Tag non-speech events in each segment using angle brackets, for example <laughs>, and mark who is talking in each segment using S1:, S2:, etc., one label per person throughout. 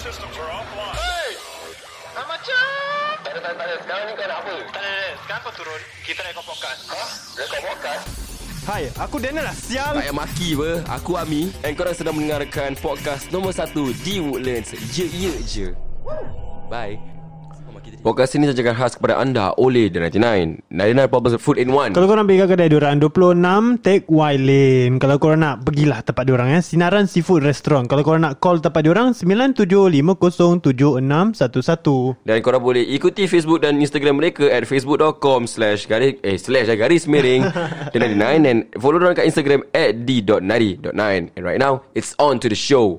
S1: systems are offline.
S2: Hey! Dah macam.
S3: Tak ada, tak ada, tak ada. Sekarang ni kau nak apa?
S2: Tak ada, tak ada. Sekarang kau turun. Kita nak kau podcast.
S3: Ha? Rekod podcast?
S4: Hai, aku Daniel lah sial.
S5: Tak payah maki apa Aku Ami And korang sedang mendengarkan Podcast nombor 1 Di Woodlands Ye ye je Bye Podcast ini sajakan khas kepada anda oleh The 99 99 Problems of Food in One
S4: Kalau korang pergi kat kedai diorang 26 Take Y Lane Kalau korang nak Pergilah tempat diorang eh Sinaran Seafood Restaurant Kalau korang nak call tempat diorang 97507611
S5: Dan korang boleh ikuti Facebook dan Instagram mereka At facebook.com Slash garis Eh slash lah, garis miring The 99 And follow orang kat Instagram At d.nari.9 And right now It's on to the show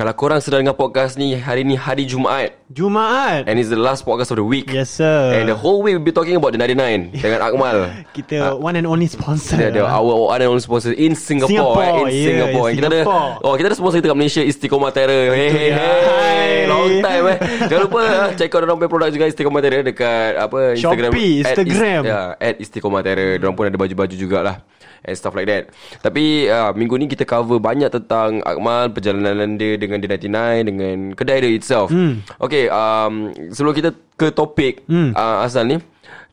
S5: Kalau korang sedang dengar podcast ni, hari ni hari Jumaat
S4: Jumaat
S5: and it's the last podcast of the week.
S4: Yes sir
S5: And Eh, the whole week we'll be talking about the 99 dengan Akmal.
S4: <laughs>
S5: uh,
S4: Kita one and only sponsor
S5: Dia ada our other only sponsor in Singapore,
S4: Singapore,
S5: eh, in
S4: yeah,
S5: Singapore.
S4: in
S5: And kita ada
S4: Singapore.
S5: oh kita ada sponsor kita kat Malaysia Istiqomah Terror. Hey, hey,
S4: dia.
S5: hey.
S4: Hai.
S5: Long time eh. Jangan lupa ah, check out orang punya produk juga Istiqomah Terror dekat apa Instagram
S4: Shopee,
S5: at
S4: Instagram.
S5: Is, yeah, at Istiqomah Terror. Diorang pun ada baju-baju jugalah and stuff like that. Tapi uh, minggu ni kita cover banyak tentang Akmal, perjalanan dia dengan The 99 dengan kedai dia itself.
S4: Hmm.
S5: Mm. Okay, um, sebelum kita ke topik mm. uh, asal ni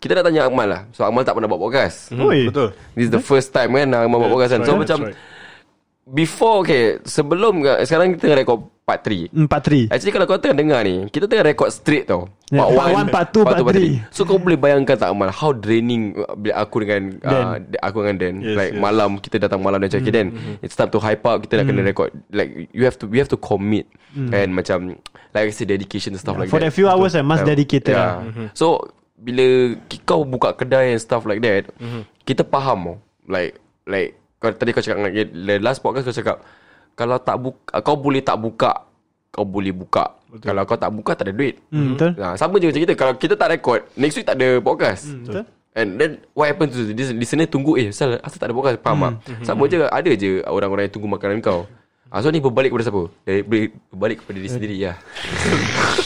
S5: kita nak tanya Akmal lah So Akmal tak pernah buat podcast
S4: Hmm. Oi.
S6: Betul.
S5: This is
S4: Hmm?
S5: the first time kan Nak buat podcast kan So
S6: right.
S5: macam
S6: That's
S5: Before okay Sebelum ke- Sekarang kita tengah rekod part 3
S4: Empat three
S5: Actually kalau kau tengah dengar ni Kita tengah rekod straight tau
S4: Yeah, part one, part two, part three.
S5: three. So kau boleh bayangkan tak Amal How draining uh, bila Aku dengan
S4: Dan. Mm-hmm.
S5: uh, Aku dengan Dan
S6: Yes,
S5: Like
S6: yes.
S5: malam Kita datang malam dan cakap Dan It's time to hype up Kita nak
S4: Mm.
S5: kena rekod Like you have to We have to commit And macam Like I say dedication and stuff like
S4: For
S5: that
S4: that few hours I must
S5: Yeah.
S4: dedicate
S5: yeah.
S4: lah
S5: So bila ki- kau buka kedai and stuff like that, mm-hmm. kita faham oh. Like like kau tadi kau cakap dengan- the last podcast kau cakap kalau tak buka kau boleh tak buka kau boleh buka. Betul. Kalau kau tak buka tak ada duit.
S4: Hmm, Betul
S5: Nah, Ha, sama je macam kita Kalau kita tak record Next week tak ada podcast
S4: Hmm, Betul.
S5: And then What happens to this Listener tunggu Eh asal, asal tak ada podcast
S4: Hmm,
S5: Faham tak Sama je Ada je orang-orang yang tunggu makanan kau ah, So ni berbalik kepada siapa Dari, ber- Berbalik kepada diri sendiri ya. <laughs>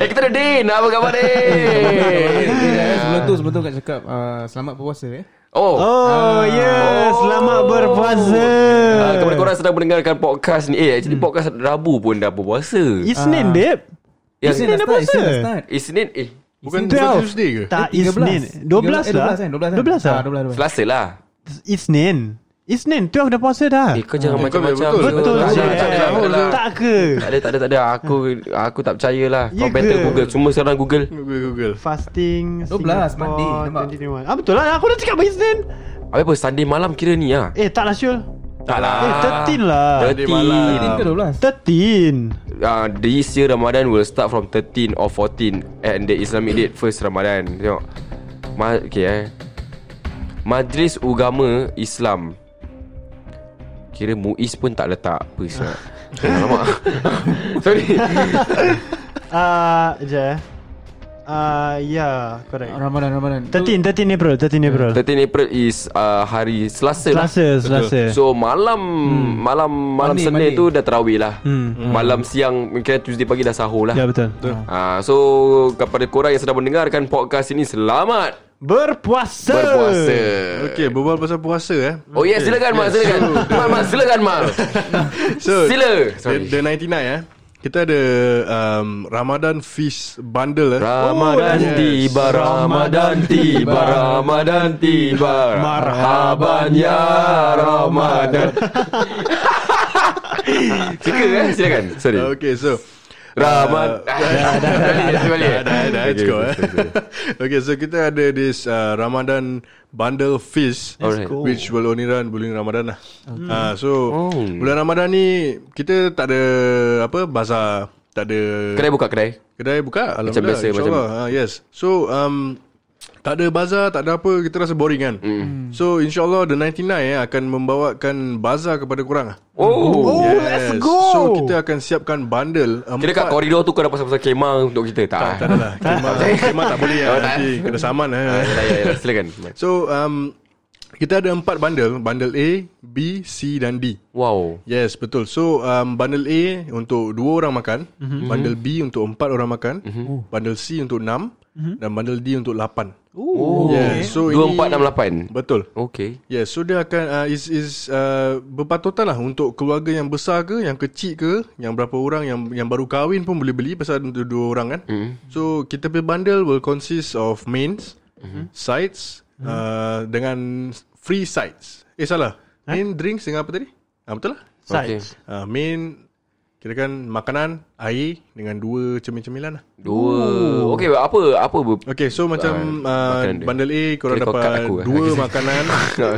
S5: Eh kita ada Din Apa khabar
S7: Eh,
S5: Din
S7: Sebelum tu Sebelum tu Kak cakap uh, Selamat berpuasa eh
S5: Oh
S4: Oh yeah Selamat berpuasa Hmm.
S5: Ah, kepada korang sedang mendengarkan podcast ni Eh actually podcast Rabu pun dah berpuasa
S4: Isnin dip
S5: Yang-
S4: Isnin
S7: start, Isnin
S4: dah
S7: dah
S4: puasa
S7: start
S5: Isnin eh
S6: Bukan
S4: Twelve.
S6: bukan Tuesday ke?
S4: Tak
S7: Eh, 13.
S4: Isnin 12 lah
S7: 12 kan 12 kan
S4: 12 lah
S7: Ah, 12 12
S5: Selasa lah
S4: Isnin Isnin 12 dah puasa dah
S5: Eh kau jangan
S6: betul,
S5: macam-macam
S6: betul.
S5: je.
S4: Betul
S5: Tak
S4: je
S5: ada, tak ada, tak ada.
S4: Tak ke
S5: Tak ada, tak ada, tak ada. Aku aku tak percaya lah. Kau
S4: Ya
S5: better
S4: ke?
S5: Google. Semua sekarang Google.
S6: Google Google.
S4: Fasting
S7: 12, Monday,
S4: Singapore,
S7: nampak?
S4: 2021. Ah betul lah Aku dah cakap Isnin
S5: Habis apa? Sunday malam kira ni lah.
S4: Eh tak lah Syul
S5: Tak lah.
S4: Eh 13 lah
S6: Sunday malam.
S5: 13.
S7: 13 Eh, ke 12
S4: 13
S5: Uh, this year Ramadan will start from 13 or 14 and the Islamic date first Ramadan. Tengok. Ma- okay eh. Majlis Ugama Islam. Kira Muiz pun tak letak apa siap. Alamak. <laughs> Sorry.
S4: Ah je Ah ya Correct
S7: Ramadan Ramadan
S4: 13 13 April 13 April
S5: 13 April is uh, hari Selasa, lah.
S4: Selasa Selasa
S5: So malam hmm. malam malam
S7: Mandi,
S5: Senin
S7: mandi.
S5: tu dah tarawih lah.
S4: Hmm.
S5: Malam siang mungkin Tuesday pagi dah sahur lah.
S4: Ya betul
S5: Ah, so kepada korang yang sedang mendengarkan podcast ini selamat
S4: Berpuasa
S5: berpuasa.
S6: Okay, berbual pasal puasa eh.
S5: Oh yeah, silakan Mak,
S6: <laughs>
S5: silakan. Mak, Mak, silakan Mak.
S6: So,
S5: Sila. Sorry.
S6: The, the 99 eh. Kita ada um, Ramadan Feast Bundle eh.
S5: Ramadan
S6: yes.
S5: tiba, Ramadan tiba, Ramadan tiba. Marhaban ya Ramadan. <laughs> Suka eh? Silakan. Sorry.
S6: Okay, so
S5: Rahmat Dah dah
S6: Dah, dah, dah, let's go eh. <laughs> Okay, so kita ada this uh, Ramadan Bundle Feast
S5: Alright.
S4: go.
S6: Which will only run bulan Ramadan lah Ah, So, bulan Ramadan ni Kita tak ada apa bazar Tak ada
S5: Kedai buka kedai
S6: Kedai buka Alhamdulillah
S5: biasa,
S6: InsyaAllah macam... yes So um, Tak ada bazar Tak ada apa Kita rasa boring kan mm. So insyaAllah The 99 eh, Akan membawakan bazar kepada korang
S5: Oh, oh.
S6: Oh yes. let's go So kita akan siapkan bundle
S5: Kira kat
S6: empat-
S5: koridor tu kau dah pasal-pasal kemah untuk kita Tak, eh?
S6: Tak ada
S5: <laughs>
S6: lah Kemah, kemah tak boleh
S5: Oh,
S6: lah Nanti kena saman eh.
S5: Ya, ya, ya, silakan
S6: So um, Kita ada empat bundle Bundle A B, C dan D
S5: Wow
S6: Yes betul So um, bundle A Untuk dua orang makan mm-hmm. Bundle B untuk empat orang makan mm-hmm. Bundle C untuk enam mm-hmm. Dan bundle D untuk lapan
S5: Oh
S6: Yeah, so
S5: Dua
S6: ini-
S5: empat enam lapan
S6: Betul
S5: Okay
S6: Yes so dia akan uh, Is, is uh, Berpatutan lah Untuk keluarga yang besar ke Yang kecil ke Yang berapa orang Yang yang baru kahwin pun boleh beli Pasal untuk dua orang kan mm-hmm. So kita punya bundle Will consist of mains mm-hmm. Sides mm-hmm. Uh, Dengan Free sides Eh salah Main drinks dengan apa tadi ah, Betul lah
S5: Okay.
S4: Sides.
S6: uh, Main Kirakan makanan Air Dengan dua cemil-cemilan lah
S5: Dua Okay apa Apa ber-
S6: Okay so macam uh,
S5: Ah, makanan dia.
S6: Bundle A Korang
S5: Kira kau
S6: dapat
S5: cut aku, eh. <laughs>
S6: Dua makanan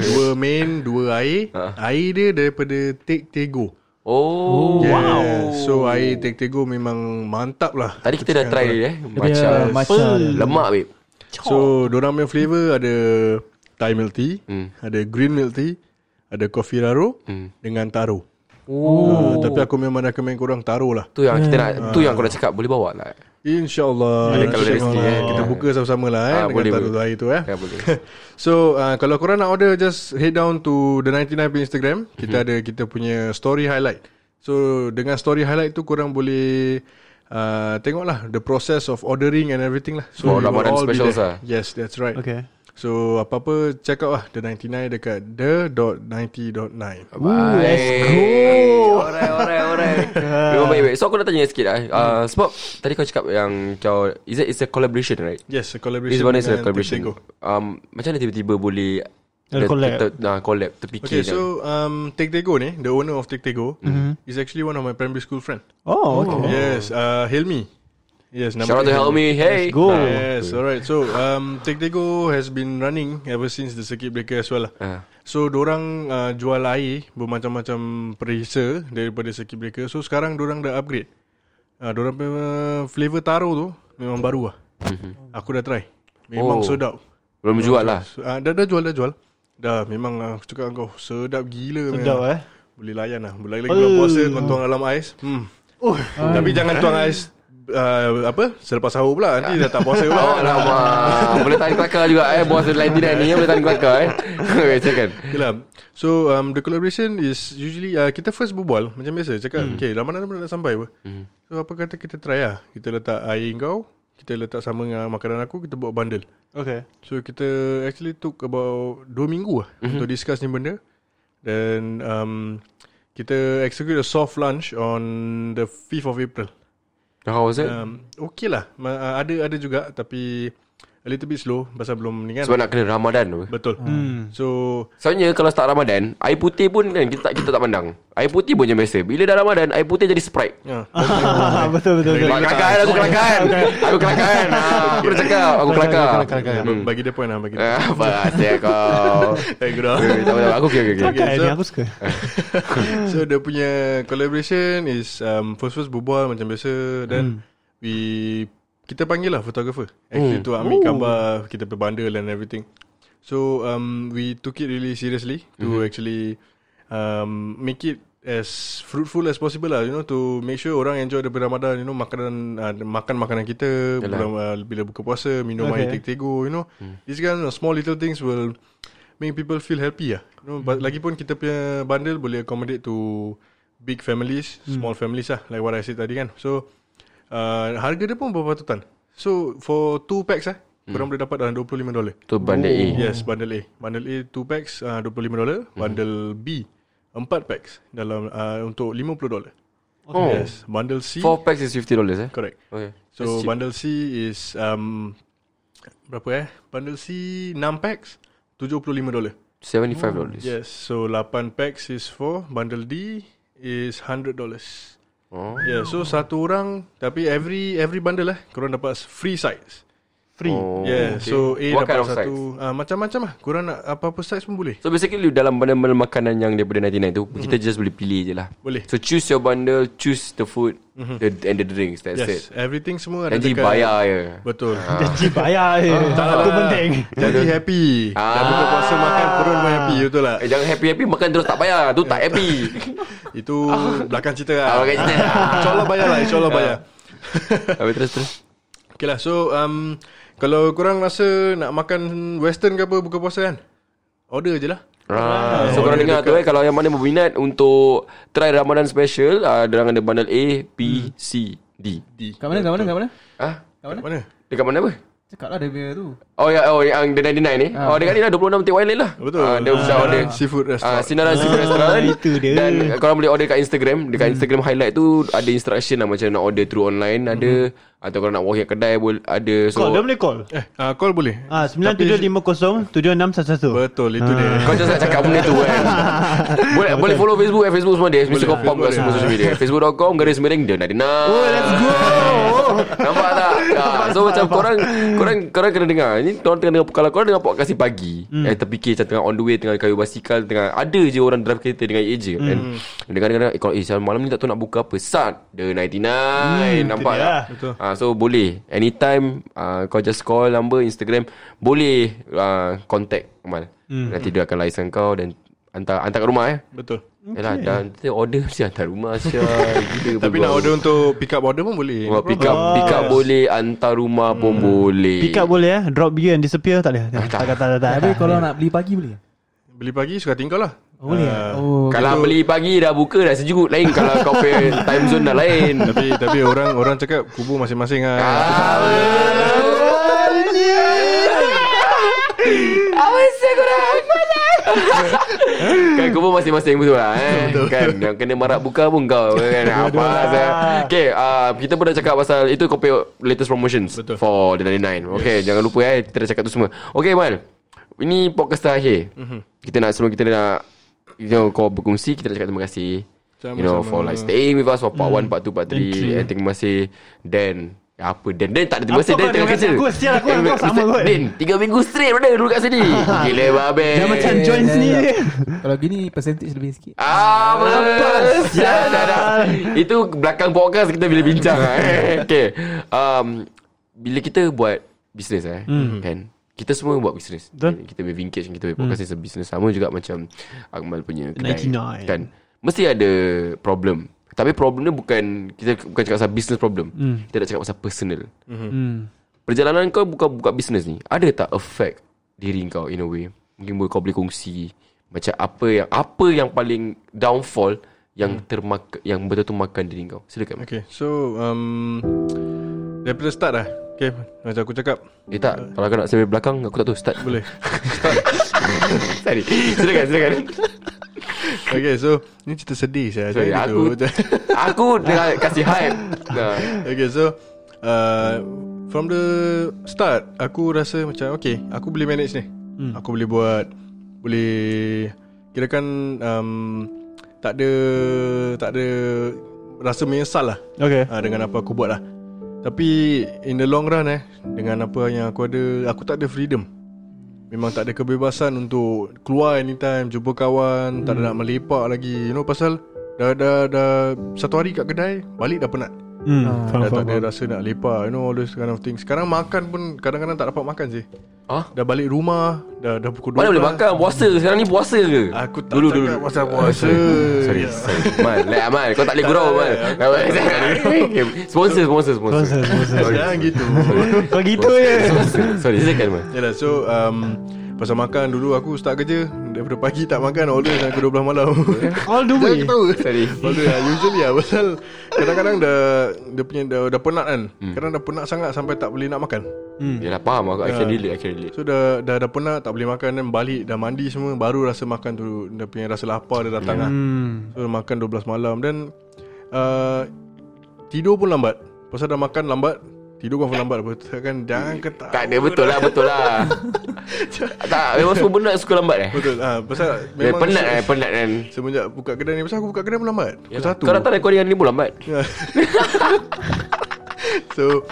S6: Dua main Dua air
S5: Ah.
S6: Air dia daripada Take Tego
S5: Oh
S6: yeah. Wow So air Take Tego memang Mantap lah
S5: Tadi kita dah try eh Macam
S7: Dia macam
S5: Lemak babe
S6: So dorang punya flavour Ada Thai milk tea
S5: Hmm.
S6: Ada green milk tea Ada coffee raro Dengan taro
S5: Oh
S6: uh, Tapi aku memang recommend korang taro lah
S5: Tu yang kita nak Tu yang kau nak cakap Boleh bawa lah
S6: InsyaAllah
S5: Boleh kalau ada rezeki, eh.
S6: Kita buka sama-sama lah eh,
S5: Ah,
S6: Dengan
S5: boleh,
S6: taro
S5: boleh.
S6: air tu eh
S5: Ya boleh
S6: <laughs> So uh, kalau korang nak order Just head down to The 99 punya Instagram
S5: Mhm.
S6: Kita ada kita punya story highlight So dengan story highlight tu Korang boleh uh, Tengoklah The process of ordering and everything lah So
S5: Oh,
S6: we will
S5: Ramadan
S6: all be
S5: specials
S6: there.
S5: ah.
S6: Yes that's right
S4: Okay.
S6: So apa-apa check out lah The 99 dekat The.90.9
S5: Ooh, let's go Alright alright alright Memang baik baik So aku nak tanya sikit ah. Uh, Sebab Tadi kau cakap yang Kau Is it, it's a collaboration right
S6: Yes a collaboration
S5: It's one is a
S6: dengan
S5: collaboration
S6: Tek Tego.
S5: um, Macam mana tiba-tiba boleh
S4: Ada collab.
S5: ter, nah, collab Terfikir
S6: Okay so um, Tek Tego ni The owner of Tek Tego Is actually one of my primary school friend
S4: Oh, okay.
S6: Yes uh, Helmi Yes nama
S5: Shout out to
S6: dia
S5: help
S6: Helmi.
S5: me Hey
S4: Go.
S6: Yes, alright. So, um, Tegtego has been running ever since the circuit breaker as well lah.
S5: Ah.
S6: So, dorang uh, jual air bermacam-macam perisa daripada circuit breaker. So, sekarang dorang dah upgrade. Uh, dorang punya flavor taro tu memang baru lah. Aku dah try. Memang
S5: Mm-hmm. Oh.
S6: sedap.
S5: Belum jual lah
S6: So, uh, dah, dah jual, dah jual. Dah, memang uh, aku cakap dengan kau, sedap gila.
S4: Sedap eh.
S6: Boleh layan lah. Boleh lagi bulan puasa kau tuang dalam ais. Hmm.
S4: Oh.
S6: Tapi jangan tuang ais uh, apa selepas sahur pula nanti dah tak puasa
S5: Oh
S6: pula.
S5: lama Boleh tahan kelakar juga eh Bos 99 ni eh, Boleh tahan kelakar eh <laughs> Okay silakan
S6: Okay lah. So um, the collaboration is usually uh, kita first berbual macam biasa cakap mm. okay Ramadan dah nak sampai apa. Mm. So apa kata kita try lah. Kita letak air kau, kita letak sama dengan makanan aku, kita buat bundle.
S4: Okay. <laughs>
S6: So kita actually took about 2 minggu lah mm-hmm. untuk discuss ni benda. Then um, kita execute a soft launch on the 5th of April.
S5: How was it?
S6: Um, okay lah. Ma- uh, ada ada juga tapi a little bit slow pasal belum ni kan.
S5: Sebab nak kena Ramadan tu
S6: Betul. So
S5: Sebenarnya kalau start Ramadan Air putih pun kan kita tak, kita tak pandang Air putih pun macam biasa Bila dah Ramadan Air putih jadi Sprite
S6: ya.
S4: betul betul. betul.
S5: Mak kelakar aku kelakar Aku kelakar Ah, Aku dah cakap Aku kelakar
S6: Hmm. Bagi dia point lah bagi dia.
S5: Ah, Apa asyik kau
S6: Eh, gerak.
S5: Eh, Tak apa-apa Aku okay okay, okay.
S4: Kelakar ni
S6: Okay, so-
S4: aku suka.
S6: <laughs> so dia punya collaboration is um, first first berbual macam biasa dan we kita panggil lah photographer actually tu ambil gambar kita pergi bundle and everything. So um, we took it really seriously to actually um, make it as fruitful as possible lah you know to make sure orang enjoy daripada Ramadan you know makanan uh, makan makanan kita
S5: Yalah.
S6: bila, uh, bila buka puasa minum
S4: Okay.
S6: okay. air tegtego you know these kind of small little things will make people feel happy lah you know but lagipun kita punya bundle boleh accommodate to big families small families lah like what I said tadi kan so uh, harga dia pun berpatutan so for two packs lah korang boleh dapat dalam 25 dolar
S5: Tu bandar A Mhm.
S6: Yes, bundle A. Bundle A 2 packs uh, $25. Bundle B 4 packs dalam uh, untuk $50.
S5: Oh
S6: Yes, bundle C
S5: 4 packs is $50 eh
S6: correct.
S5: Okay
S6: So
S5: That's cheap.
S6: bundle C is um berapa eh? Bundle C 6 packs
S5: $75
S6: $75. Oh. Yes, so 8 packs is for bundle D is $100.
S5: Oh.
S6: Yeah, so satu orang tapi every every bundle eh korang dapat free sides.
S4: Free.
S5: Oh,
S6: Yeah, okay. so A
S5: What
S6: dapat
S5: kind of
S6: satu
S5: size?
S6: uh, macam-macam lah. Korang nak apa-apa size pun boleh.
S5: So basically dalam benda-benda makanan yang daripada 99 tu mm-hmm. kita just boleh pilih je lah.
S6: Boleh.
S5: So choose your bundle, choose the food mm-hmm. the, and the drinks. That's
S6: Yes,
S5: it.
S6: everything semua ada
S5: Janji bayar Ah. je.
S6: Betul.
S4: Janji bayar je.
S6: Ah, lah,
S4: Itu eh. penting.
S6: <laughs> Jadi
S5: <laughs>
S6: happy. Dah buka puasa makan perut pun happy betul lah.
S5: Ah. Eh, jangan happy-happy makan terus tak bayar. Tu tak
S6: <laughs>
S5: happy.
S6: Itu belakang cerita lah.
S5: Ah, makan
S6: <laughs>
S5: cerita.
S6: InsyaAllah bayar lah, insyaAllah bayar.
S5: Habis terus terus.
S6: Okay lah, so um, kalau korang rasa nak makan western ke apa buka puasa kan? Order je lah.
S5: Ah, so
S6: Oh,
S5: korang
S6: dia
S5: dengar tu eh Kalau yang mana berminat Untuk Try Ramadan Special uh, Diorang ada bundle A
S6: Hmm.
S5: B C D
S6: Di.
S7: Kat mana, kat mana, kat mana?
S5: Ah,
S7: Kat mana?
S6: Mana?
S5: Dekat mana apa?
S7: Cakap lah dia punya tu.
S5: Oh ya, oh yang the 99 ni.
S7: Ah.
S5: Oh dekat ni lah 26 Tick Wildland lah.
S6: Betul.
S5: Ah, dia bisa
S6: Sinaran
S5: order.
S6: Seafood Restaurant.
S5: Ah, Sinaran Seafood Restaurant.
S4: itu dia.
S5: Dan uh, korang boleh order kat Instagram. Dekat Instagram highlight tu ada instruction lah macam nak order through online ada
S6: Mhm.
S5: atau korang nak walk kat kedai boleh ada. So
S4: Call, dia boleh call.
S6: Eh, uh, call boleh.
S4: Ah, 9750-7611.
S6: Betul, itu dia.
S5: Ah. kau just nak cakap benda tu kan
S6: <laughs>
S5: Boleh, boleh follow Facebook eh, Facebook semua dia Mesti
S6: Boleh,
S5: kau pop kat
S6: Facebook
S5: semua
S6: dia.
S5: social media Facebook.com Garis miring dia Nadina Oh
S4: let's go.
S5: <laughs> Nampak tak ah, So macam korang Korang korang kena dengar Ini korang tengah dengar Kalau korang dengar podcast ni pagi Eh terfikir macam tengah on the way Tengah kayu basikal Tengah ada je orang drive kereta Dengan AJ kan Dengar-dengar Eh kalau eh, sial, malam ni tak tahu nak buka apa Sat The 99 Nampak
S4: itu dia.
S5: tak
S6: Betul.
S5: Ah uh, so boleh anytime uh, kau just call number Instagram boleh uh, contact Amal. Hmm. Nanti dia akan license kau dan hantar hantar kat rumah eh.
S6: <laughs> Betul.
S5: Okay. Yalah dan nanti order <laughs> si hantar rumah sia. Gila
S6: Tapi nak order untuk pick up order pun boleh.
S5: Wah, pick up pick up boleh hantar rumah pun boleh.
S4: Pick up boleh eh Drop beer and disappear Tak
S6: Ah,
S4: boleh Tak tak tak tak
S7: Tapi Eh, kalau nak beli pagi boleh?
S6: Beli pagi suka tinggal lah.
S7: Oh, boleh.
S6: Ah,
S7: Oh,
S5: kalau beli pagi dah buka dah sejuk lain kalau kau pay time zone dah lain.
S6: tapi tapi orang orang cakap kubur masing-masing ah.
S5: Kan kau pun masing-masing betul lah eh? Kan yang kena marak buka pun kau kan? Apa lah saya Okay uh, Kita pun dah cakap pasal Itu kau pay latest promotions
S6: Betul.
S5: For the 99 Okay jangan lupa eh Kita dah cakap tu semua Okay Mal Ini podcast terakhir Kita nak sebelum kita nak You know kau berkongsi Kita nak cakap terima kasih You know
S6: Sama-sama.
S5: for like Staying with us for part 1 part 2 part 3 And terima kasih Dan apa Dan Dan tak ada terima
S4: Apa
S5: kasih Dan
S4: kau
S5: tengah
S4: terima
S5: kerja
S4: kasih? Aku sial, aku dengan kau sama kot.
S5: Dan tiga minggu straight brother Dulu kat
S4: <laughs>
S5: sini Gila babe
S4: Dia macam join
S7: Eh,
S4: sendiri
S7: Kalau gini percentage lebih sikit.
S5: Ah, apa sial dah, dah. Itu belakang podcast kita bila bincang <laughs> eh. Okay um, Bila kita buat Bisnes eh mm. Kan Kita semua buat bisnes
S4: Betul.
S5: Kita punya vintage Kita punya podcast mm. ni Bisnes sama juga macam Akmal punya kedai
S4: 99.
S5: Kan Mesti ada problem Tapi problem ni bukan Kita bukan cakap pasal business problem mm. Kita nak cakap pasal personal Hmm. Perjalanan kau buka buka bisnes ni Ada tak affect Diri kau in a way Mungkin boleh kau boleh kongsi Macam apa yang Apa yang paling Downfall Yang termakan Yang betul-betul makan diri kau Silakan okay.
S6: Okay, so um, daripada start lah. Okay, macam aku cakap
S5: Eh tak Kalau kau nak sampai belakang Aku tak tahu start <laughs>
S6: boleh.
S5: Sorry Silakan silakan
S6: Okay, so ni cerita sedih saya.
S5: Sorry
S6: Jadi
S5: aku
S6: tu.
S5: Aku dah kasih hype nah.
S6: <laughs> Okay, so uh, from the start aku rasa macam okay, aku boleh manage ni. Hmm. Aku boleh buat boleh kirakan um, tak ada tak ada rasa menyesal lah
S4: Okay
S6: uh, dengan apa aku buat lah. Tapi in the long run eh dengan apa yang aku ada, aku tak ada freedom. Memang tak ada kebebasan untuk keluar anytime, jumpa kawan, tak
S4: Hmm.
S6: ada nak melepak lagi. You know pasal dah dah dah satu hari kat kedai, balik dah penat.
S4: Hmm, faham,
S6: Dah tak
S4: faham,
S6: ada
S4: faham.
S6: rasa nak lepak You know all those kind of things Sekarang makan pun Kadang-kadang tak dapat makan sih
S5: Hah?
S6: Dah balik rumah Dah, dah pukul 12
S5: Ah? Mana boleh makan Puasa Sekarang ni puasa ke
S6: Aku tak dulu, cakap dulu. pasal puasa
S5: Ah, Sorry, sorry. Man, like Amal, kau tak boleh gurau Amal. Okay, Sponsor, sponsor, sponsor.
S4: Sponsor, sponsor.
S5: Sorry.
S6: Jangan gitu
S5: <laughs>
S4: Kau gitu eh. je
S5: Sponsor. Sorry, silakan Amal.
S6: Yalah so um, Pasal makan dulu aku start kerja Daripada pagi tak makan Order sampai pukul 12 malam
S4: All the
S6: <laughs> Jangan
S4: way
S6: ketawa
S5: Sorry.
S6: Order lah Usually lah Pasal kadang-kadang dah Dia punya dah, dah penat kan
S5: Hmm.
S6: Kadang dah penat sangat Sampai tak boleh nak makan
S5: Yalah, faham aku. I can relate, I can relate.
S6: So dah dah dah penat tak boleh makan dan balik dah mandi semua baru rasa makan tu dah punya rasa lapar dah datang hmm. lah. So makan 12 malam dan uh, tidur pun lambat. Pasal dah makan lambat, tidur pun lambat apa kan jangan ketawa.
S5: Tak ada, betul lah, betul
S6: <laughs>
S5: lah. tak, memang semua benda suka lambat eh.
S6: Betul. Ah pasal
S5: Eh,
S6: memang
S5: penat eh,
S6: se-
S5: penat kan.
S6: Semenjak buka kedai ni pasal aku buka kedai pun lambat. Pukul
S5: Yalah.
S6: satu.
S5: Kau datang recording yang ni pun lambat.
S6: So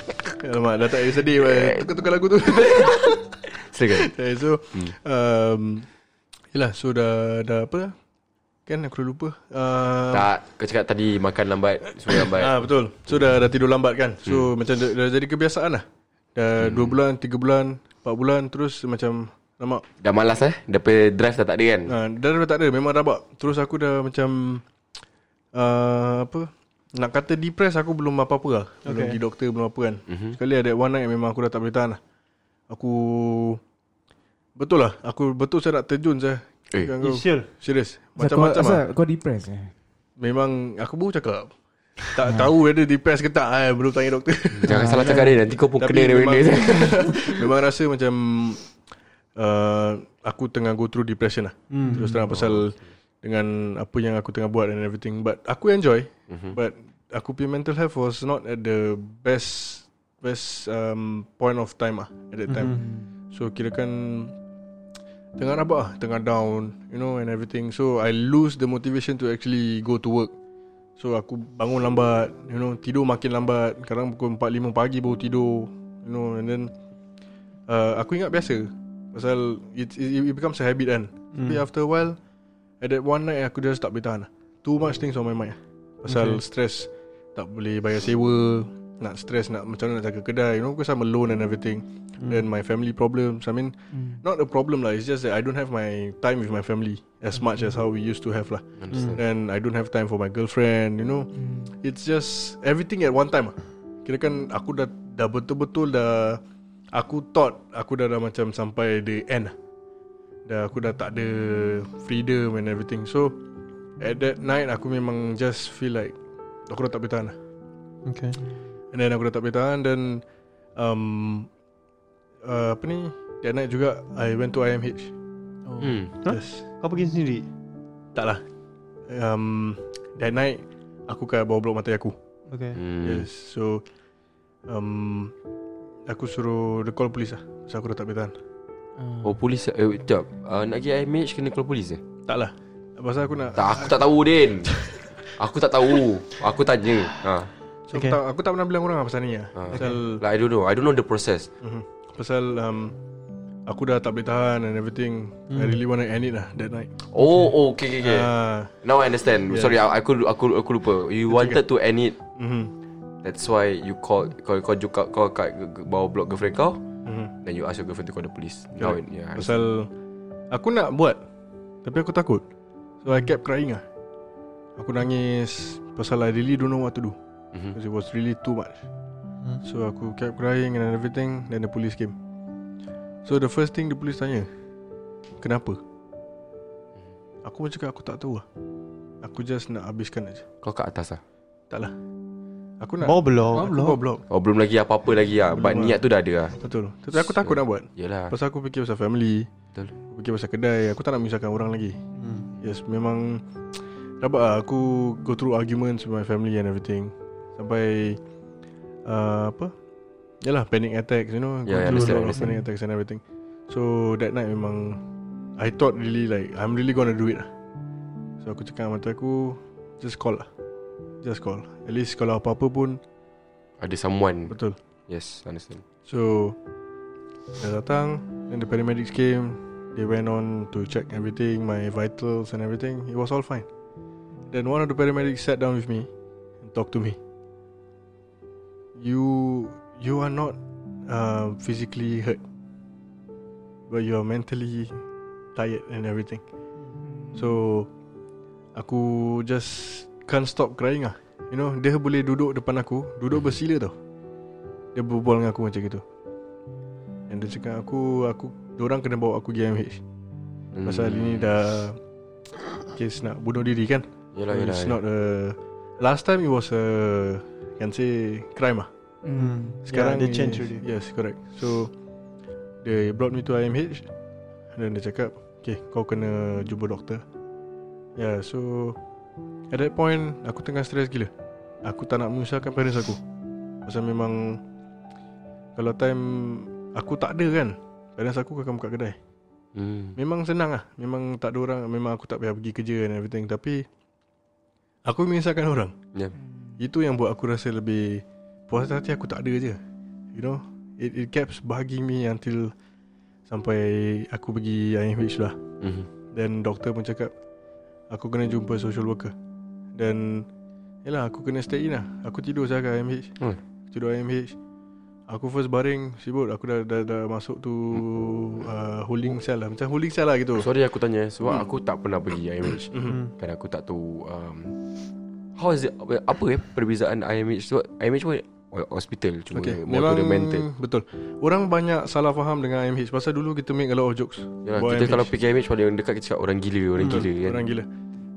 S6: Alamak dah tak ada sedih weh. Tukar-tukar lagu tu <laughs>
S5: Silakan
S6: Okay, So um, Yelah so dah, dah apa Kan aku dah lupa uh,
S5: Tak Kau cakap tadi Makan lambat Semua lambat
S6: Ah betul. So dah dah tidur lambat kan. So macam dah, dah jadi kebiasaan lah. Dah 2 bulan, 3 bulan, 4 bulan terus macam lama.
S5: Dah malas eh Daripada drive dah tak ada kan
S6: Ah dah, dah tak ada memang rabak. Terus aku dah macam uh, apa? Nak kata depressed aku belum apa-apa lah. Belum pergi doktor belum apa kan. Sekali ada one night memang aku dah tak boleh tahan lah. Aku betul lah. Aku betul saya nak terjun saya.
S5: Eh.
S6: Aku-
S4: Isyul.
S6: Serius.
S7: Macam-macam
S6: Macam-macam lah.
S7: Kau depressed eh?
S6: Memang aku baru cakap. Tak tahu whether depressed ke tak. Eh, belum tanya doktor.
S5: Jangan salah cakap dia Nanti kau pun kena dia benda
S6: <laughs>
S5: tu.
S6: memang rasa macam uh, aku tengah go through depression lah. Mm. Terus terang pasal
S5: Oh.
S6: dengan apa yang aku tengah buat and everything. But aku enjoy.
S5: Mhm.
S6: Mm-hmm. But aku punya mental health was not at the best best um, point of time ah at that time. Mm-hmm. So kirakan tengah rabak ah, tengah down, you know and everything. So I lose the motivation to actually go to work. So aku bangun lambat You know Tidur makin lambat Kadang pukul 4-5 pagi baru tidur You know And then uh, Aku ingat biasa Pasal It, it, it becomes a habit kan
S4: Hmm.
S6: mm. Tapi after a while At that one night Aku just tak boleh tahan lah. Too much things on my mind Pasal okay. stress Tak boleh bayar sewa Nak stress nak Macam mana nak jaga kedai You know Because I'm alone and everything
S4: Hmm.
S6: mm. Then my family problems I mean mm. Not a problem lah It's just that I don't have my Time with my family As much as how we used to have lah
S5: Understand.
S6: And I don't have time for my girlfriend You know It's just Everything at one time ah. Kirakan aku dah Dah betul-betul dah Aku thought Aku dah dah macam Sampai the end ah. Dah aku dah tak ada Freedom and everything So At that night Aku memang just feel like Aku dah tak boleh tahan lah.
S4: Okay.
S6: And then aku dah tak boleh tahan Then um, uh, Apa ni That night juga I went to IMH
S5: Hmm
S4: Oh. Huh?
S6: Yes
S4: Kau pergi sendiri?
S6: Tak lah um, That night Aku kat bawah blok mata aku
S4: Okay.
S5: Hmm.
S6: Yes So um, Aku suruh Dia call polis lah Sebab aku dah tak boleh tahan
S7: Ah.
S5: Oh polis eh, Sekejap uh, Nak pergi IMH Kena call polis eh
S6: Tak lah Pasal aku nak
S5: Tak aku tak tahu Din
S6: <laughs>
S5: Aku tak tahu Aku tanya ha.
S6: so,
S4: Okay.
S6: okay. aku, tak, aku tak pernah bilang orang lah pasal ni lah
S5: Ah.
S6: Pasal
S5: Like I don't know I don't know the process
S6: Mhm. Pasal um, Aku dah tak boleh tahan And everything
S4: Hmm.
S6: I really want to end it lah That night
S5: Oh oh okay okay, okay.
S6: Ah,
S5: Now I understand
S6: Yeah.
S5: Sorry I- aku, aku aku lupa You wanted to end it
S6: mhm.
S5: That's why you call Kau kau juga kau kat ge- ge- bawah blok girlfriend kau
S6: Mhm.
S5: Then you ask your girlfriend to call the police Now it, yeah, I understand.
S6: Pasal Aku nak buat Tapi aku takut So I kept crying lah Aku nangis Pasal I really don't know what to do
S5: Mhm.
S6: Because it was really too much So aku kept crying and everything Then the police came So the first thing the police tanya Kenapa? Aku macam cakap aku tak tahu lah Aku just nak habiskan aja.
S5: Kau kat atas lah
S6: Tak lah Aku nak
S4: Bawa blok.
S6: Aku bawa blok
S5: Oh belum lagi apa-apa lagi lah But
S6: Belum
S5: niat tu dah ada lah
S6: Betul Tapi aku takut nak buat
S5: Yelah
S6: Pasal aku fikir pasal family
S5: Betul
S6: Aku fikir pasal kedai Aku tak nak menyusahkan orang lagi
S4: Hmm.
S6: Yes memang Rabak lah Aku go through arguments With my family and everything Sampai uh, Apa Yalah panic attacks You know
S5: Yeah, yeah, understand,
S6: go through a lot of
S5: understand.
S6: panic attacks and everything So that night memang I thought really like I'm really gonna do it lah So aku cakap dengan mata aku Just call lah Just call At least kalau apa-apa pun
S5: Ada someone
S6: Betul
S5: Yes understand
S6: So Dia datang Then the paramedics came They went on to check everything My vitals and everything It was all fine Then one of the paramedics sat down with me And talked to me You You are not uh, Physically hurt But you are mentally Tired and everything So Aku just Can't stop crying ah. You know Dia boleh duduk depan aku Duduk bersila tau Dia berbual dengan aku macam gitu And dia cakap aku Aku Diorang kena bawa aku pergi MH
S5: Hmm.
S6: Pasal ini dah Kes nak bunuh diri kan
S5: Yelah yelah
S6: It's not a Last time it was a Can say Crime lah Sekarang
S4: Yeah, they Hmm. change
S6: is-
S4: already.
S6: Yes correct So They brought me to IMH Dan dia cakap Okay kau kena jumpa doktor Yeah so At that point Aku tengah stres gila Aku tak nak menyusahkan parents aku Pasal memang Kalau time Aku tak ada kan Parents aku akan buka kedai
S5: hmm.
S6: Memang senang lah Memang tak ada orang Memang aku tak payah pergi kerja and everything Tapi Aku menyusahkan orang Hmm.
S5: Yeah.
S6: Itu yang buat aku rasa lebih puas hati aku tak ada je You know It, it keeps bugging me until Sampai aku pergi IMH lah
S5: Mhm.
S6: Then doktor pun cakap Aku kena jumpa social worker Then Yelah aku kena stay in lah Aku tidur saya kat IMH
S5: Hmm.
S6: Tidur IMH Aku first baring Sibuk Aku dah, dah, dah masuk tu uh, Holding cell lah Macam holding cell lah gitu
S5: Sorry aku tanya Sebab
S6: Mm.
S5: aku tak pernah pergi IMH
S6: Mm-hmm. Hmm.
S4: Hmm.
S5: Dan Kan aku tak tahu um, How is it Apa eh Perbezaan IMH Sebab IMH pun Hospital Cuma okay.
S6: Okay,
S5: More to the
S6: memang
S5: mental
S6: betul. Orang banyak salah faham dengan IMH pasal dulu kita make a lot of jokes.
S5: Yalah, Ya,
S6: about
S5: Kita
S6: IMH.
S5: kalau pergi IMH Paling dekat kita cakap Orang gila Orang gila kan
S6: Orang gila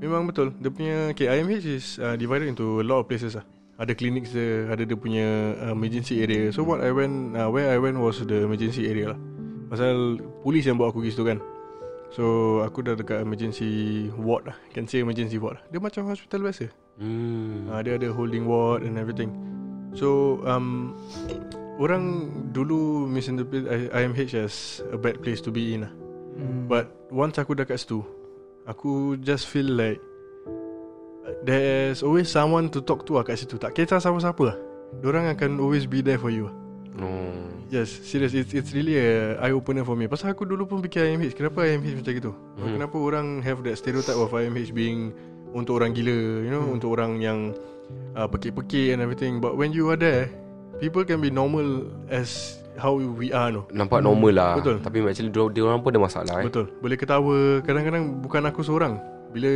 S6: Memang betul Dia punya okay, IMH is uh, divided into a lot of places lah ada klinik dia Ada dia punya uh, emergency area So what I went uh, Where I went was the emergency area lah Pasal polis yang bawa aku pergi situ kan So aku dah dekat emergency ward lah Can say emergency ward lah Dia macam hospital biasa
S5: hmm.
S6: uh, Dia ada holding ward and everything So um, Orang dulu misinterpret I- IMH as a bad place to be in lah But once aku dah kat situ Aku just feel like uh, There's always someone to talk to lah kat situ Tak kisah siapa-siapa lah Diorang akan always be there for you lah.
S5: oh.
S6: Yes, serious It's, it's really a eye-opener for me Pasal aku dulu pun fikir IMH Kenapa IMH macam gitu hmm. Kenapa orang have that stereotype of IMH being Untuk orang gila You know hmm. Untuk orang yang uh, Pekik-pekik and everything But when you are there People can be normal As how we are no
S5: Nampak normal lah
S6: Betul.
S5: Tapi actually dia, dia orang pun ada masalah eh.
S6: Betul Boleh ketawa Kadang-kadang bukan aku seorang Bila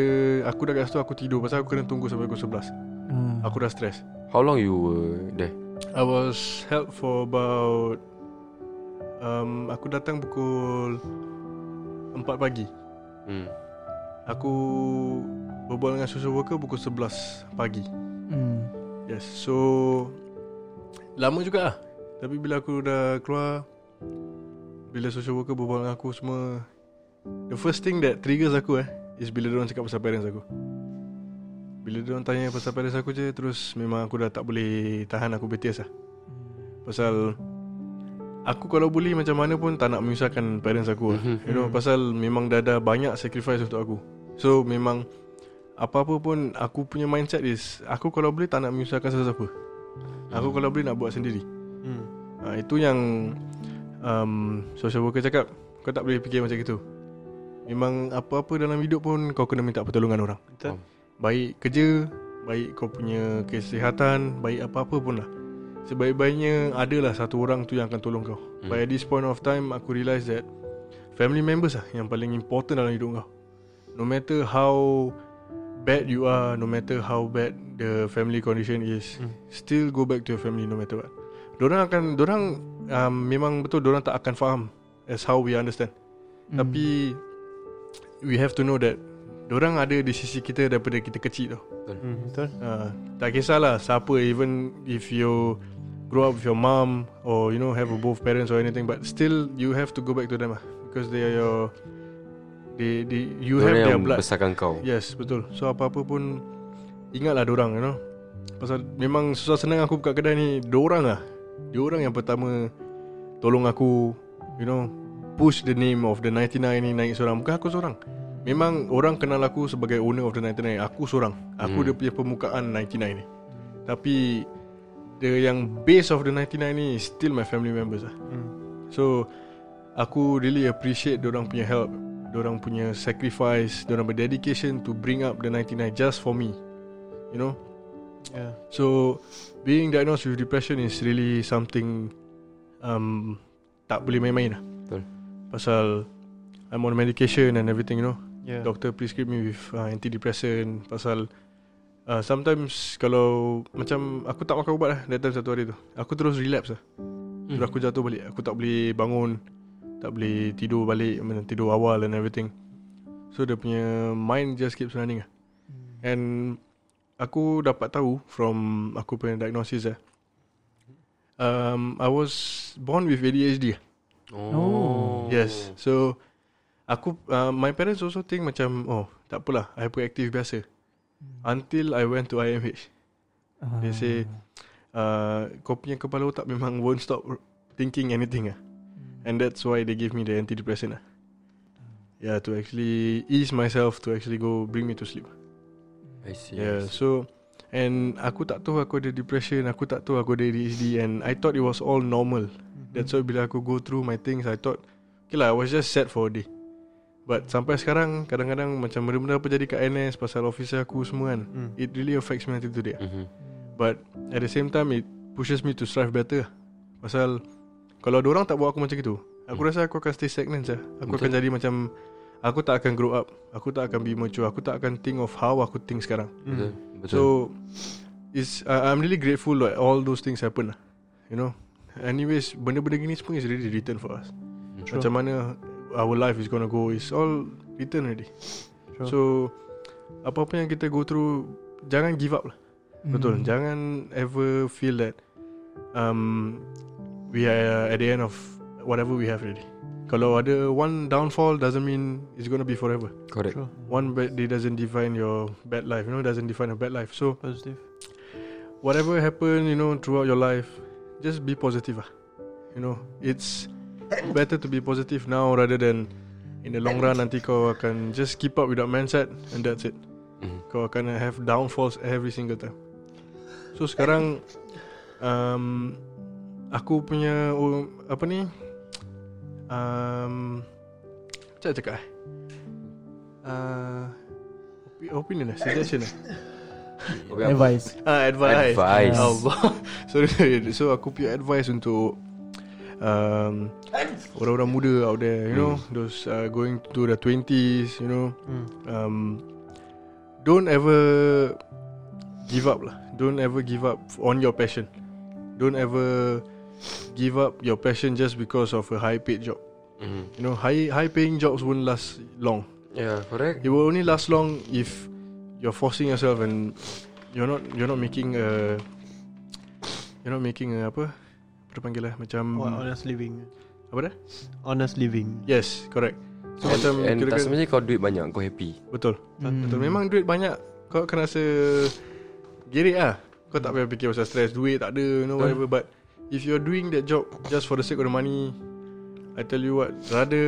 S6: aku dah kat situ Aku tidur Pasal aku kena tunggu sampai pukul 11 Aku dah stres
S5: How long you were there
S6: I was helped for about um, Aku datang pukul 4 pagi
S5: hmm.
S6: Aku Berbual dengan social worker Pukul 11 pagi
S7: Hmm.
S6: Yes So Lama juga lah Tapi bila aku dah keluar Bila social worker berbual dengan aku semua The first thing that triggers aku eh Is bila diorang cakap pasal parents aku Bila diorang tanya pasal parents aku je Terus memang aku dah tak boleh Tahan aku BTS lah Pasal Aku kalau boleh macam mana pun Tak nak menyusahkan parents
S5: Mhm.
S6: aku
S5: <laughs>
S6: lah You know pasal memang dah ada banyak sacrifice untuk aku So memang apa-apa pun Aku punya mindset is Aku kalau boleh tak nak menyusahkan sesiapa Aku kalau boleh nak buat sendiri
S4: Hmm.
S6: ha, Itu yang um, Social worker cakap Kau tak boleh fikir macam itu Memang apa-apa dalam hidup pun Kau kena minta pertolongan orang
S4: Betul.
S6: Baik kerja Baik kau punya kesihatan Baik apa-apa pun lah Sebaik-baiknya adalah satu orang tu yang akan tolong kau hmm. But at this point of time Aku realise that Family members lah Yang paling important dalam hidup kau No matter how bad you are, no matter how bad the family condition is, mm. still go back to your family no matter what. Dorang akan, dorang um, memang betul dorang tak akan faham as how we understand. Mm. Tapi we have to know that dorang ada di sisi kita daripada kita kecil tau.
S4: Hmm, betul.
S6: Uh, tak kisahlah siapa even if you grow up with your mom or you know have a both parents or anything but still you have to go back to them lah because they are your they, they you
S5: Dia
S6: have
S5: orang
S6: their
S5: yang
S6: blood
S5: besarkan kau
S6: Yes betul So apa-apa pun Ingatlah dorang you know Pasal memang susah senang aku buka kedai ni Dorang lah Diorang yang pertama Tolong aku You know Push the name of the 99 ni naik seorang Bukan aku seorang Memang orang kenal aku sebagai owner of the 99 Aku seorang Aku hmm. dia punya permukaan 99 ni Tapi The yang base of the 99 ni is Still my family members lah
S4: Hmm.
S6: So Aku really appreciate Diorang punya help Diorang punya sacrifice Diorang berdedication To bring up the 99 Just for me You know
S4: Yeah.
S6: So Being diagnosed with depression Is really something um, Tak boleh main-main lah
S5: Betul.
S6: Pasal I'm on medication and everything you know
S4: Yeah.
S6: Doctor prescribe me with uh, antidepressant Pasal uh, Sometimes Kalau Macam Aku tak makan ubat lah That time satu hari tu Aku terus relapse lah hmm. Terus aku jatuh balik Aku tak boleh bangun Tak boleh tidur balik mana Tidur awal and everything So dia punya Mind just keeps running lah And Aku dapat tahu From Aku punya diagnosis lah um, I was Born with ADHD lah
S7: Oh.
S6: Yes So Aku uh, My parents also think macam Oh tak apalah Hyperactive biasa Until I went to IMH
S7: Ah.
S6: They say
S7: Hmm.
S6: uh, Kau punya kepala otak Memang won't stop Thinking anything lah And that's why They give me the antidepressant lah Yeah to actually Ease myself To actually go Bring me to sleep
S5: I see
S6: Yeah so And aku tak tahu aku ada depression Aku tak tahu aku ada ADHD And I thought it was all normal That's why bila aku go through my things I thought Okay lah I was just sad for a day But sampai sekarang Kadang-kadang macam benda-benda apa jadi kat NS Pasal officer aku semua kan
S4: Hmm.
S6: It really affects me until today
S5: Mhm.
S6: But at the same time It pushes me to strive better lah. Pasal Kalau orang tak buat aku macam itu Aku rasa aku akan stay stagnant je Aku akan jadi macam Aku tak akan grow up Aku tak akan be mature Aku tak akan think of how aku think sekarang
S5: Betul. Betul.
S6: Hmm. So is uh, I'm really grateful that all those things happen lah. You know. Anyways, benda-benda gini semua is already written for us. Macam mana our life is gonna go is all written already. So apa-apa yang kita go through jangan give up lah.
S7: Hmm.
S1: Hmm.
S6: Betul. Jangan ever feel that um we are at the end of whatever we have already. Kalau ada one downfall doesn't mean it's gonna be forever.
S5: correct.
S6: One bad day doesn't define your bad life. You know, doesn't define a bad life. So
S4: Positif.
S6: whatever happen, you know, throughout your life, just be positive. ah. You know, it's better to be positive now rather than in the long run nanti kau akan just keep up with that mindset and that's it.
S5: Mhm.
S6: Kau akan have downfalls every single time. So sekarang um, aku punya oh, apa ni? Um, macam mana cakap eh? Uh, opi- opinion lah, suggestion lah.
S5: Okay, apa?
S1: Advice
S6: Ah, advice.
S5: Advice.
S6: Allah. <laughs> sorry, sorry. So aku punya advice untuk um, orang-orang muda out there, you know, those uh, going to the 20s, you know.
S4: Hmm.
S6: Um, don't ever give up lah. Don't ever give up on your passion. Don't ever give up your passion just because of a high paid job.
S5: Mhm.
S6: You know, high high paying jobs won't last long.
S5: Yeah, correct.
S6: It will only last long if you're forcing yourself and you're not you're not making a you're not making a apa? Apa dia panggil lah macam
S4: Honest living.
S6: apa dah?
S4: Honest living.
S6: Yes, correct. So
S5: And,
S6: macam
S5: and tak
S6: kira-kira
S5: semestinya kau duit banyak, kau happy.
S6: betul. Betul. Memang duit banyak kau akan rasa gerik ah. Kau tak payah fikir pasal stress, duit tak ada, you know whatever but if you're doing that job just for the sake of the money I tell you what, rather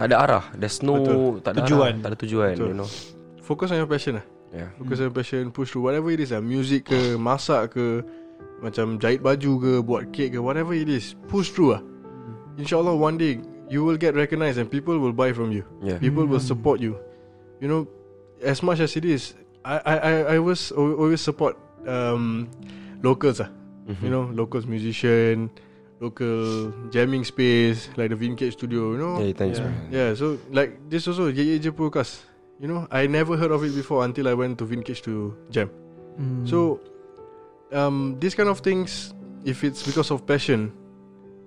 S5: Tak ada arah. There's no
S6: Betul.
S5: tak ada
S4: Tujuan.
S5: Arah. Tak ada tujuan,
S6: Betul.
S5: you know.
S6: focus on your passion lah.
S5: Yeah.
S6: Focus on your passion Push through Whatever it is lah Music ke Masak ke Macam jahit baju ke Buat kek ke Whatever it is Push through lah InsyaAllah one day You will get recognized And people will buy from you
S5: Yeah.
S6: People will support you You know As much as it is I I I, I was al- always support um, Locals lah
S5: Mm-hmm.
S6: You know Locals musician Local Jamming space Like the vintage studio You know
S5: Yeah, thanks. Yeah.
S6: Yeah, so like this also Ye Ye Je Podcast. You know, I never heard of it before until I went to Vintage to jam.
S1: Hmm.
S6: So, um, these kind of things, if it's because of passion,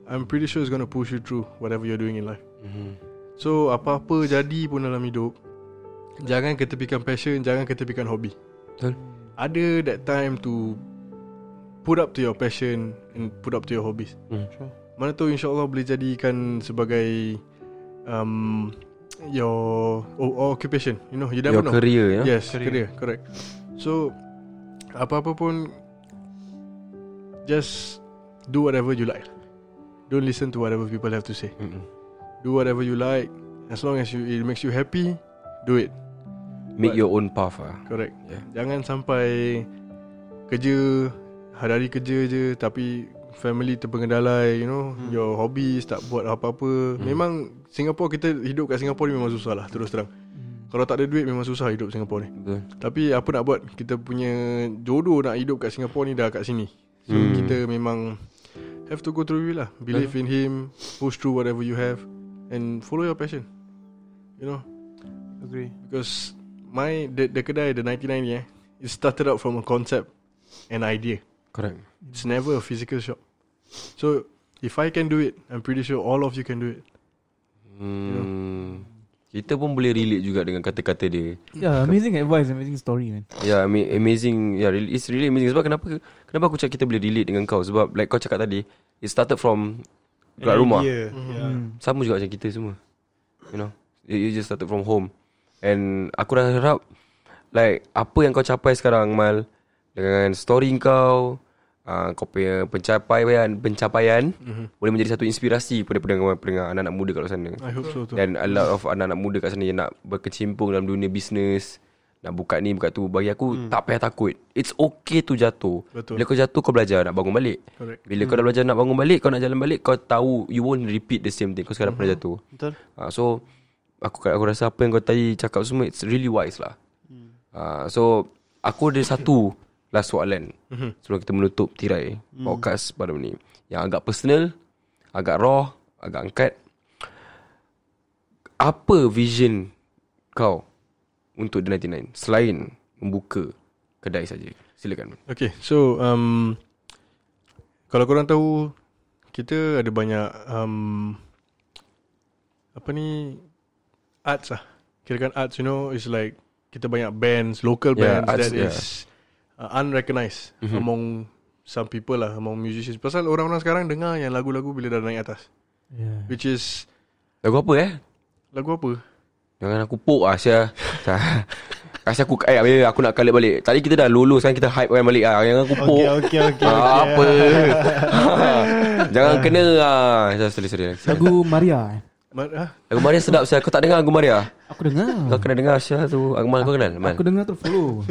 S6: I'm pretty sure it's gonna push you through whatever you're doing in life.
S5: Mhm.
S6: So, apa-apa jadi pun dalam hidup, jangan ketepikan passion, jangan ketepikan hobi.
S5: Betul.
S6: Ada that time to put up to your passion and put up to your hobbies.
S5: Hmm.
S6: Mana tu insyaAllah boleh jadikan sebagai um, your o- occupation. You know, you never
S5: Your
S6: know.
S5: career, ya. Yeah?
S6: Yes, career. correct. So, apa-apa pun, just do whatever you like. Don't listen to whatever people have to say.
S5: Mhm.
S6: Do whatever you like. As long as you, it makes you happy, do it.
S5: Make
S6: But-
S5: your own path ah.
S6: Correct.
S5: Yeah.
S6: Jangan sampai kerja, hari-hari kerja je tapi family terpengendalai, you know, hmm. your hobbies tak buat apa-apa. Hmm. Memang Singapore kita hidup kat Singapore ni memang susah lah terus terang. Hmm. Kalau tak ada duit memang susah hidup Singapore ni.
S5: Betul.
S6: Tapi apa nak buat Kita punya jodoh nak hidup kat Singapore ni Dah kat sini So
S5: Hmm.
S6: hmm. kita memang Have to go through it lah Believe in him Push through whatever you have And follow your passion You know
S4: Agree.
S6: Because My The, the kedai The 99 ni eh It started out from a concept An idea
S5: Correct.
S6: It's never a physical shop So If I can do it I'm pretty sure all of you can do it
S5: Hmm. Kita pun boleh relate juga dengan kata-kata dia.
S7: Hmm.
S1: Yeah amazing advice Amazing story man
S5: Ya, yeah, I mean, amazing. Yeah, really- it's really amazing. Sebab kenapa kenapa aku cakap kita boleh relate dengan kau? Sebab like kau cakap tadi, it started from kat rumah.
S4: Yeah. yeah.
S7: Hmm.
S5: Sama juga macam kita semua. You know, it, it just started from home. And aku dah harap like apa yang kau capai sekarang Mal dengan story kau, uh, kau punya pencapaian pencapaian
S6: Mhm.
S5: mm-hmm. boleh menjadi satu inspirasi pada pendengar-pendengar anak-anak muda kat luar sana.
S6: I hope so too
S5: Dan a lot of anak-anak muda kat sana yang nak berkecimpung dalam dunia bisnes Nak buka ni buka tu Bagi aku hmm. tak payah takut It's okay tu jatuh Betul. Bila kau jatuh kau belajar nak bangun balik
S6: Correct.
S5: Bila hmm. kau dah belajar nak bangun balik Kau nak jalan balik Kau tahu You won't repeat the same thing Kau sekarang hmm. pernah jatuh
S4: Betul.
S5: uh, So aku, aku rasa apa yang kau tadi cakap semua It's really wise lah hmm. uh, So Aku ada <laughs> satu Last soalan hmm. Sebelum kita menutup tirai hmm. Podcast pada ni Yang agak personal Agak raw Agak angkat apa vision kau untuk The 99 selain membuka kedai saja? Silakan.
S6: Okay, so um, kalau korang tahu kita ada banyak um, apa ni arts lah. Kirakan arts, you know, is like kita banyak bands, local
S5: Yeah,
S6: bands
S5: arts,
S6: that
S5: yeah.
S6: is uh, unrecognised mm-hmm. among some people lah, among musicians. Pasal orang-orang sekarang dengar yang lagu-lagu bila dah naik atas.
S1: Yeah.
S6: Which is
S5: Lagu apa eh?
S6: lagu apa?
S5: Jangan aku pok lah <laughs> Syah Kasih aku eh, eh, Aku nak kalik balik Tadi kita dah lulus Sekarang kita hype kan balik ah. Jangan aku pok
S4: Okey okey okey.
S5: ah, Apa
S4: <laughs>
S5: Jangan kena ah. Syah, Sorry sorry
S1: Lagu Maria eh.
S6: Ma- ah,
S5: Lagu Maria sedap Syah Kau tak dengar lagu Maria
S1: Aku dengar.
S5: Kau Oh, kena dengar Syah tu Akmal kau kenal Akmal
S1: Aku dengar tu <laughs> follow.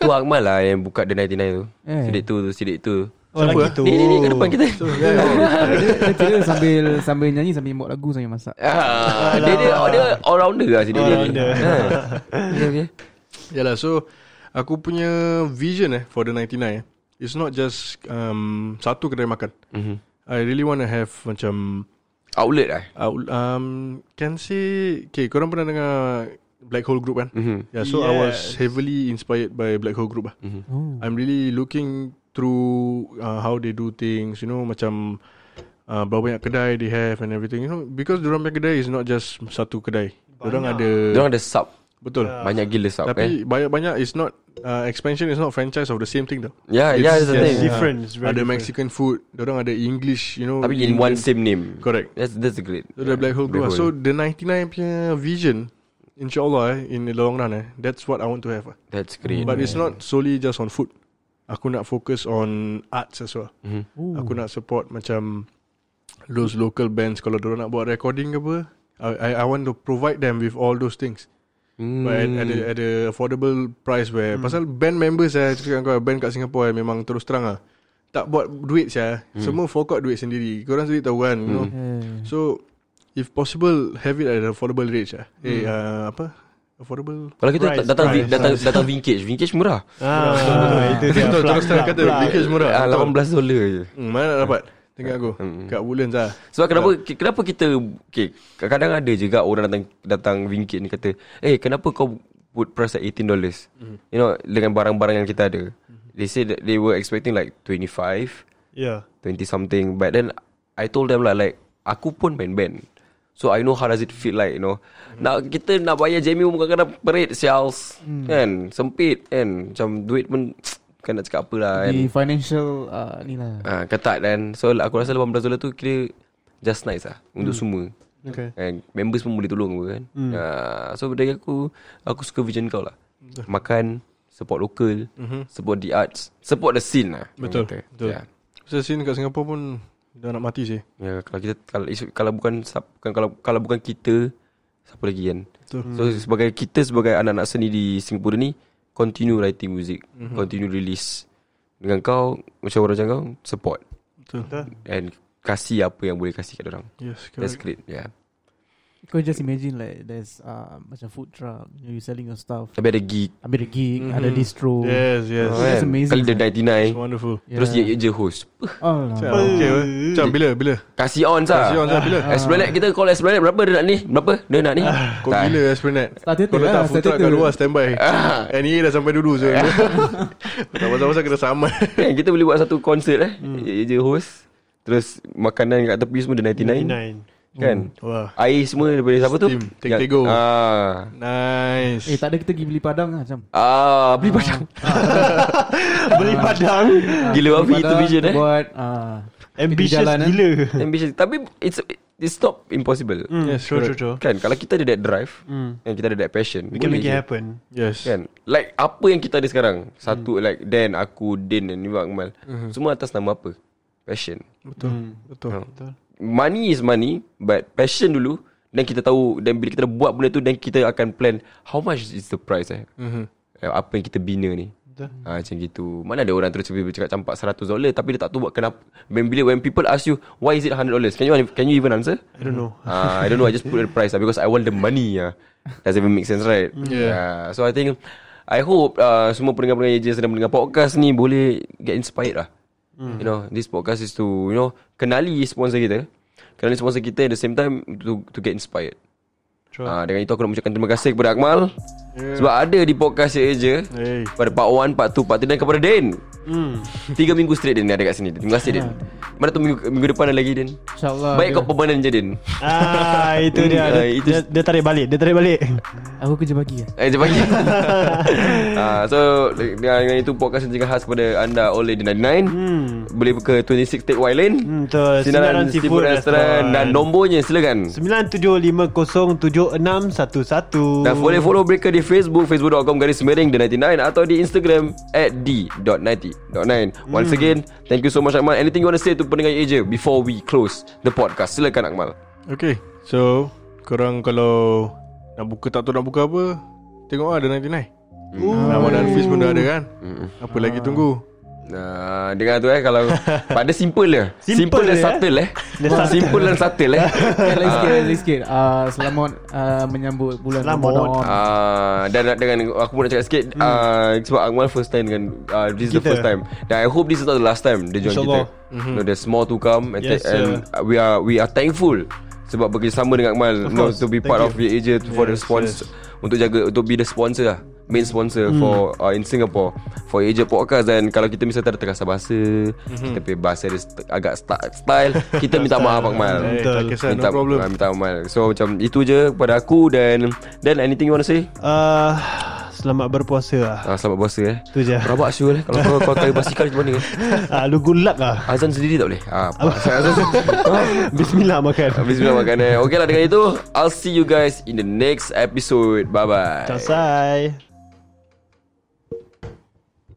S5: Tu Akmal lah yang buka The 99 tu
S1: Eh.
S5: Sidik tu tu Sidik tu
S4: Orang gitu.
S5: Ni ni ni ke depan kita
S4: ya,
S1: dia, dia kira sambil sambil nyanyi sambil buat lagu sambil masak.
S5: Ah, dia dia dia all rounder lah sini dia.
S4: All-rounder.
S5: Ha. Okay, okay.
S6: Yalah ya lah, so Aku punya vision eh For the 99 eh It's not just um, Satu kedai makan
S5: Mhm.
S6: I really want to have Macam
S5: Outlet lah.
S6: out- um, Can say Okay korang pernah dengar Black Hole Group kan
S5: Mhm.
S6: Yeah so I
S4: Yes.
S6: was heavily inspired By Black Hole Group lah
S1: Oh.
S6: I'm really looking Through uh, How they do things You know macam uh, Berapa banyak kedai They have and everything You know Because dorang punya kedai Is not just Satu kedai Dorang ada
S5: Dia orang ada sub
S6: Betul
S4: Ah.
S5: banyak gila sub eh.
S6: Tapi banyak-banyak It's not uh, Expansion is not franchise Of the same thing tau
S5: Ya, ya that's the
S6: just
S5: thing.
S4: different. It's very
S6: Ada
S4: different.
S6: Mexican food Diorang ada English You know
S5: Tapi in one same name.
S6: Correct
S5: That's that's great.
S6: So the black hole group So the 99 punya vision InsyaAllah eh In the long run eh That's what I want to have eh.
S5: that's great.
S6: But it's not solely just on food Aku nak fokus on arts as well
S5: Mhm.
S1: Oh,
S6: mm-hmm. Aku nak support macam Those local bands Kalau diorang nak buat recording ke apa I, I, I want to provide them with all those things
S5: Hmm.
S6: But at, at, a, at a affordable price where hmm. Pasal band members saya Cakap dengan kau Band kat Singapore eh, Memang terus terang lah Tak buat duit saya hmm. Semua fork out duit sendiri Korang sendiri tahu kan hmm. you know?
S1: Eh.
S6: So If possible Have it at an affordable rate lah hmm. Eh uh, apa Affordable
S5: Kalau kita
S4: Price,
S5: datang
S4: price,
S5: datang datang vintage, vintage murah.
S4: Ah, itu dia.
S6: Betul
S4: Plug,
S6: terus terang
S4: plug,
S6: kata
S4: plug.
S6: Linkage murah
S5: Ah,
S6: Betul.
S5: 18 dolar je.
S6: hmm, Mana nak dapat Tengok aku Kat Woodlands lah
S5: Sebab kenapa ke- kenapa kita okay, kadang-kadang ada juga orang datang datang wingkit ni kata, "Eh, kenapa kau put price at 18 dollars?" You know, dengan barang-barang yang kita ada. They say that they were expecting like 25,
S4: Yeah.
S5: 20 something, but then I told them lah like aku pun main band. So I know how does it feel like, you know. Nak kita nak bayar JMU pun kadang-kadang perit sales kan, sempit kan. Macam duit pun kan nak cakap apa lah kan.
S1: Di financial uh, ni lah.
S5: Ah, ketat kan. So aku rasa 18 dolar tu kira just nice lah untuk
S6: Hmm.
S5: semua.
S4: Okay.
S5: And members pun boleh tolong apa kan. Mm. Uh, so dari aku aku suka vision kau lah. Makan, support local, mm-hmm. support the arts, support the scene lah.
S6: Mhm. Betul,
S5: Orang kata.
S6: betul.
S5: Yeah.
S6: Pasal sini kat Singapore pun Dah nak mati sih
S5: Ya, kalau kita kalau isu- kalau bukan sap- bukan kalau kalau bukan kita siapa lagi kan.
S6: Betul.
S5: So sebagai kita sebagai anak-anak seni di Singapura ni continue writing music,
S6: Mhm.
S5: mm-hmm. continue release. Dengan kau macam orang macam kau support
S6: Betul
S5: and kasih apa yang boleh kasih kat orang.
S6: Yes
S5: That's great.
S6: correct
S5: Yeah.
S1: Kau just imagine like there's uh, macam food truck, you selling your stuff.
S5: Tapi ada gig.
S1: Ambil the gig,
S5: Mm-hmm.
S1: ada distro.
S6: Yes yes
S5: Oh,
S1: That's amazing,
S5: Kali dia
S1: man.
S5: 99
S6: It's wonderful
S1: Yeah.
S5: Terus dia, dia je host Puh,
S1: Oh, no.
S6: Okay weh. Macam bila bila
S5: Kasih lah. on sah
S6: Kasi on sah bila
S5: Esplanade kita call Esplanade Berapa dia nak ni Berapa dia nak ni
S6: Kau
S5: Tak.
S6: gila Esplanade
S1: Start theater
S6: Kau letak
S1: lah,
S6: food
S1: start
S6: truck kat
S1: theater.
S6: luar standby NEA dah sampai dulu so Tak pasal-pasal kena sama
S5: Eh, Kita boleh buat satu konsert eh Dia je host Terus makanan kat tepi semua dia 99
S4: Nine.
S5: Kan
S6: Wah
S5: Air semua daripada siapa tu
S6: Hmm. Steam, take,
S5: Yang-
S6: take, go.
S5: ah.
S6: Nice
S1: Eh tak ada kita pergi beli padang lah macam.
S5: ah, Beli padang
S4: Beli padang.
S5: Gila
S1: Beli
S5: wafi itu
S1: padang,
S5: vision
S1: kita
S5: eh
S1: Buat ah,
S4: Ambitious
S1: jalan, eh.
S4: gila.
S5: Ambitious Tapi it's It's not impossible
S6: Hmm.
S4: Yes, true, true,
S6: correct.
S4: true.
S5: Kan Kalau kita ada that drive And kita ada that passion
S4: Hmm. We can
S5: boleh
S4: make it
S5: je.
S4: happen.
S6: Yes
S5: Kan Like apa yang kita ada sekarang Satu
S4: Hmm.
S5: like Dan Aku Din Dan Ibu Akmal Semua atas nama apa Passion
S6: Betul Betul
S5: Money is money But passion dulu Dan kita tahu Dan bila kita dah buat benda tu Dan kita akan plan How much is the price eh
S4: Hmm.
S6: Mhm.
S5: uh, eh, apa yang kita bina ni. Ha, macam gitu Mana ada orang terus tiba-tiba cakap campak 100 dolar Tapi dia tak tahu buat kenapa When, bila, when people ask you Why is it 100 dollars Can you can you even answer?
S4: I don't know.
S5: Ah, I don't know. I just put the price lah because I want the money. ah. Doesn't even make sense, right? Ah,
S6: Yeah.
S5: so I think I hope uh, semua pendengar-pendengar yang sedang mendengar podcast ni boleh get inspired lah. You know, this podcast is to you know kenali sponsor kita. Kenali sponsor kita at the same time to to get inspired.
S4: Sure.
S5: Ah, dengan itu aku nak mengucapkan terima kasih kepada Akmal yeah. sebab ada di podcast saya je.
S6: Hey.
S5: Pada part 1, part 2, part 3 dan kepada Din. Hmm. Tiga minggu straight Din ada kat sini. Terima kasih Din. Mana tu minggu, minggu depan ada lagi Din.
S1: InsyaAllah
S5: Baik kau permanent je <laughs> Din.
S4: Ah, itu dia.
S5: Hmm, <laughs>
S4: Dia,
S5: ah, itu-
S4: dia, dia tarik balik. Dia tarik balik.
S1: Aku kerja pagi ya.
S5: Eh, dia <laughs> panggil uh, So dengan, dengan itu podcast yang khas kepada anda oleh The 99 hmm. Boleh ke 26 Take White Lane
S4: Hmm, betul.
S5: Sinaran Seafood Restaurant Dan nombornya silakan
S4: 97507611.
S5: Dan boleh follow mereka di Facebook Facebook.com garis miring The 99 Atau di Instagram At D.90.9 Once again Thank you so much Akmal Anything you want to say to pendengar Asia Before we close the podcast Silakan Akmal
S6: Okay So Korang kalau Nak buka tak tahu nak buka apa Tengok lah The 99 Nama dan Hafiz pun dah ada kan Apa lagi tunggu
S5: Uh, dengar tu eh
S4: <laughs>
S5: Kalau Pada simple je
S4: Simple
S5: Simple, dan
S4: je, eh?
S5: subtle eh
S4: Dan subtle.
S5: Simple dan subtle eh
S4: <laughs>
S1: Lain sikit, lain sikit. Ah, selamat ah, menyambut bulan
S4: Selamat.
S1: Ramadan.
S5: Ah, dan dengan aku pun nak cakap sikit hmm. sebab Akmal first time dengan ah, this is the
S4: Kita.
S5: first time. Dan I hope this is not the last time dia join kita.
S4: InsyaAllah.
S5: Mm-hmm. No, there's more to come and, yes,
S4: Yes,
S5: and uh, we are we are thankful sebab bekerjasama dengan Akmal you know,
S4: course.
S5: to be
S4: Thank
S5: part
S4: you.
S5: of the Asia to, for the
S4: Yes,
S5: sponsor untuk jaga untuk be the sponsor lah main sponsor
S4: Hmm.
S5: mm. for uh, in Singapore for Asia podcast dan kalau kita misalnya tak ada terasa bahasa
S4: Mhm.
S5: mm-hmm. kita punya bahasa dia st- agak st- style kita minta maaf Akmal
S6: Eh,
S4: Betul.
S6: tak kisah
S5: minta,
S6: No problem
S5: ah, minta amal So macam itu je Pada aku Dan Dan anything you want to say
S4: Uh, selamat berpuasa lah.
S5: ah, Selamat puasa eh
S4: Tu je.
S5: Rabak Syul eh Kalau kau, kau tarik basikal macam mana eh?
S4: Ah, lu gulak lah.
S5: Azan sendiri tak boleh ah,
S6: <laughs>
S5: apa? Azan sendiri
S4: Bismillah makan.
S5: Bismillah makan eh Okay lah dengan itu I'll see you guys In the next episode Bye bye
S4: Selesai.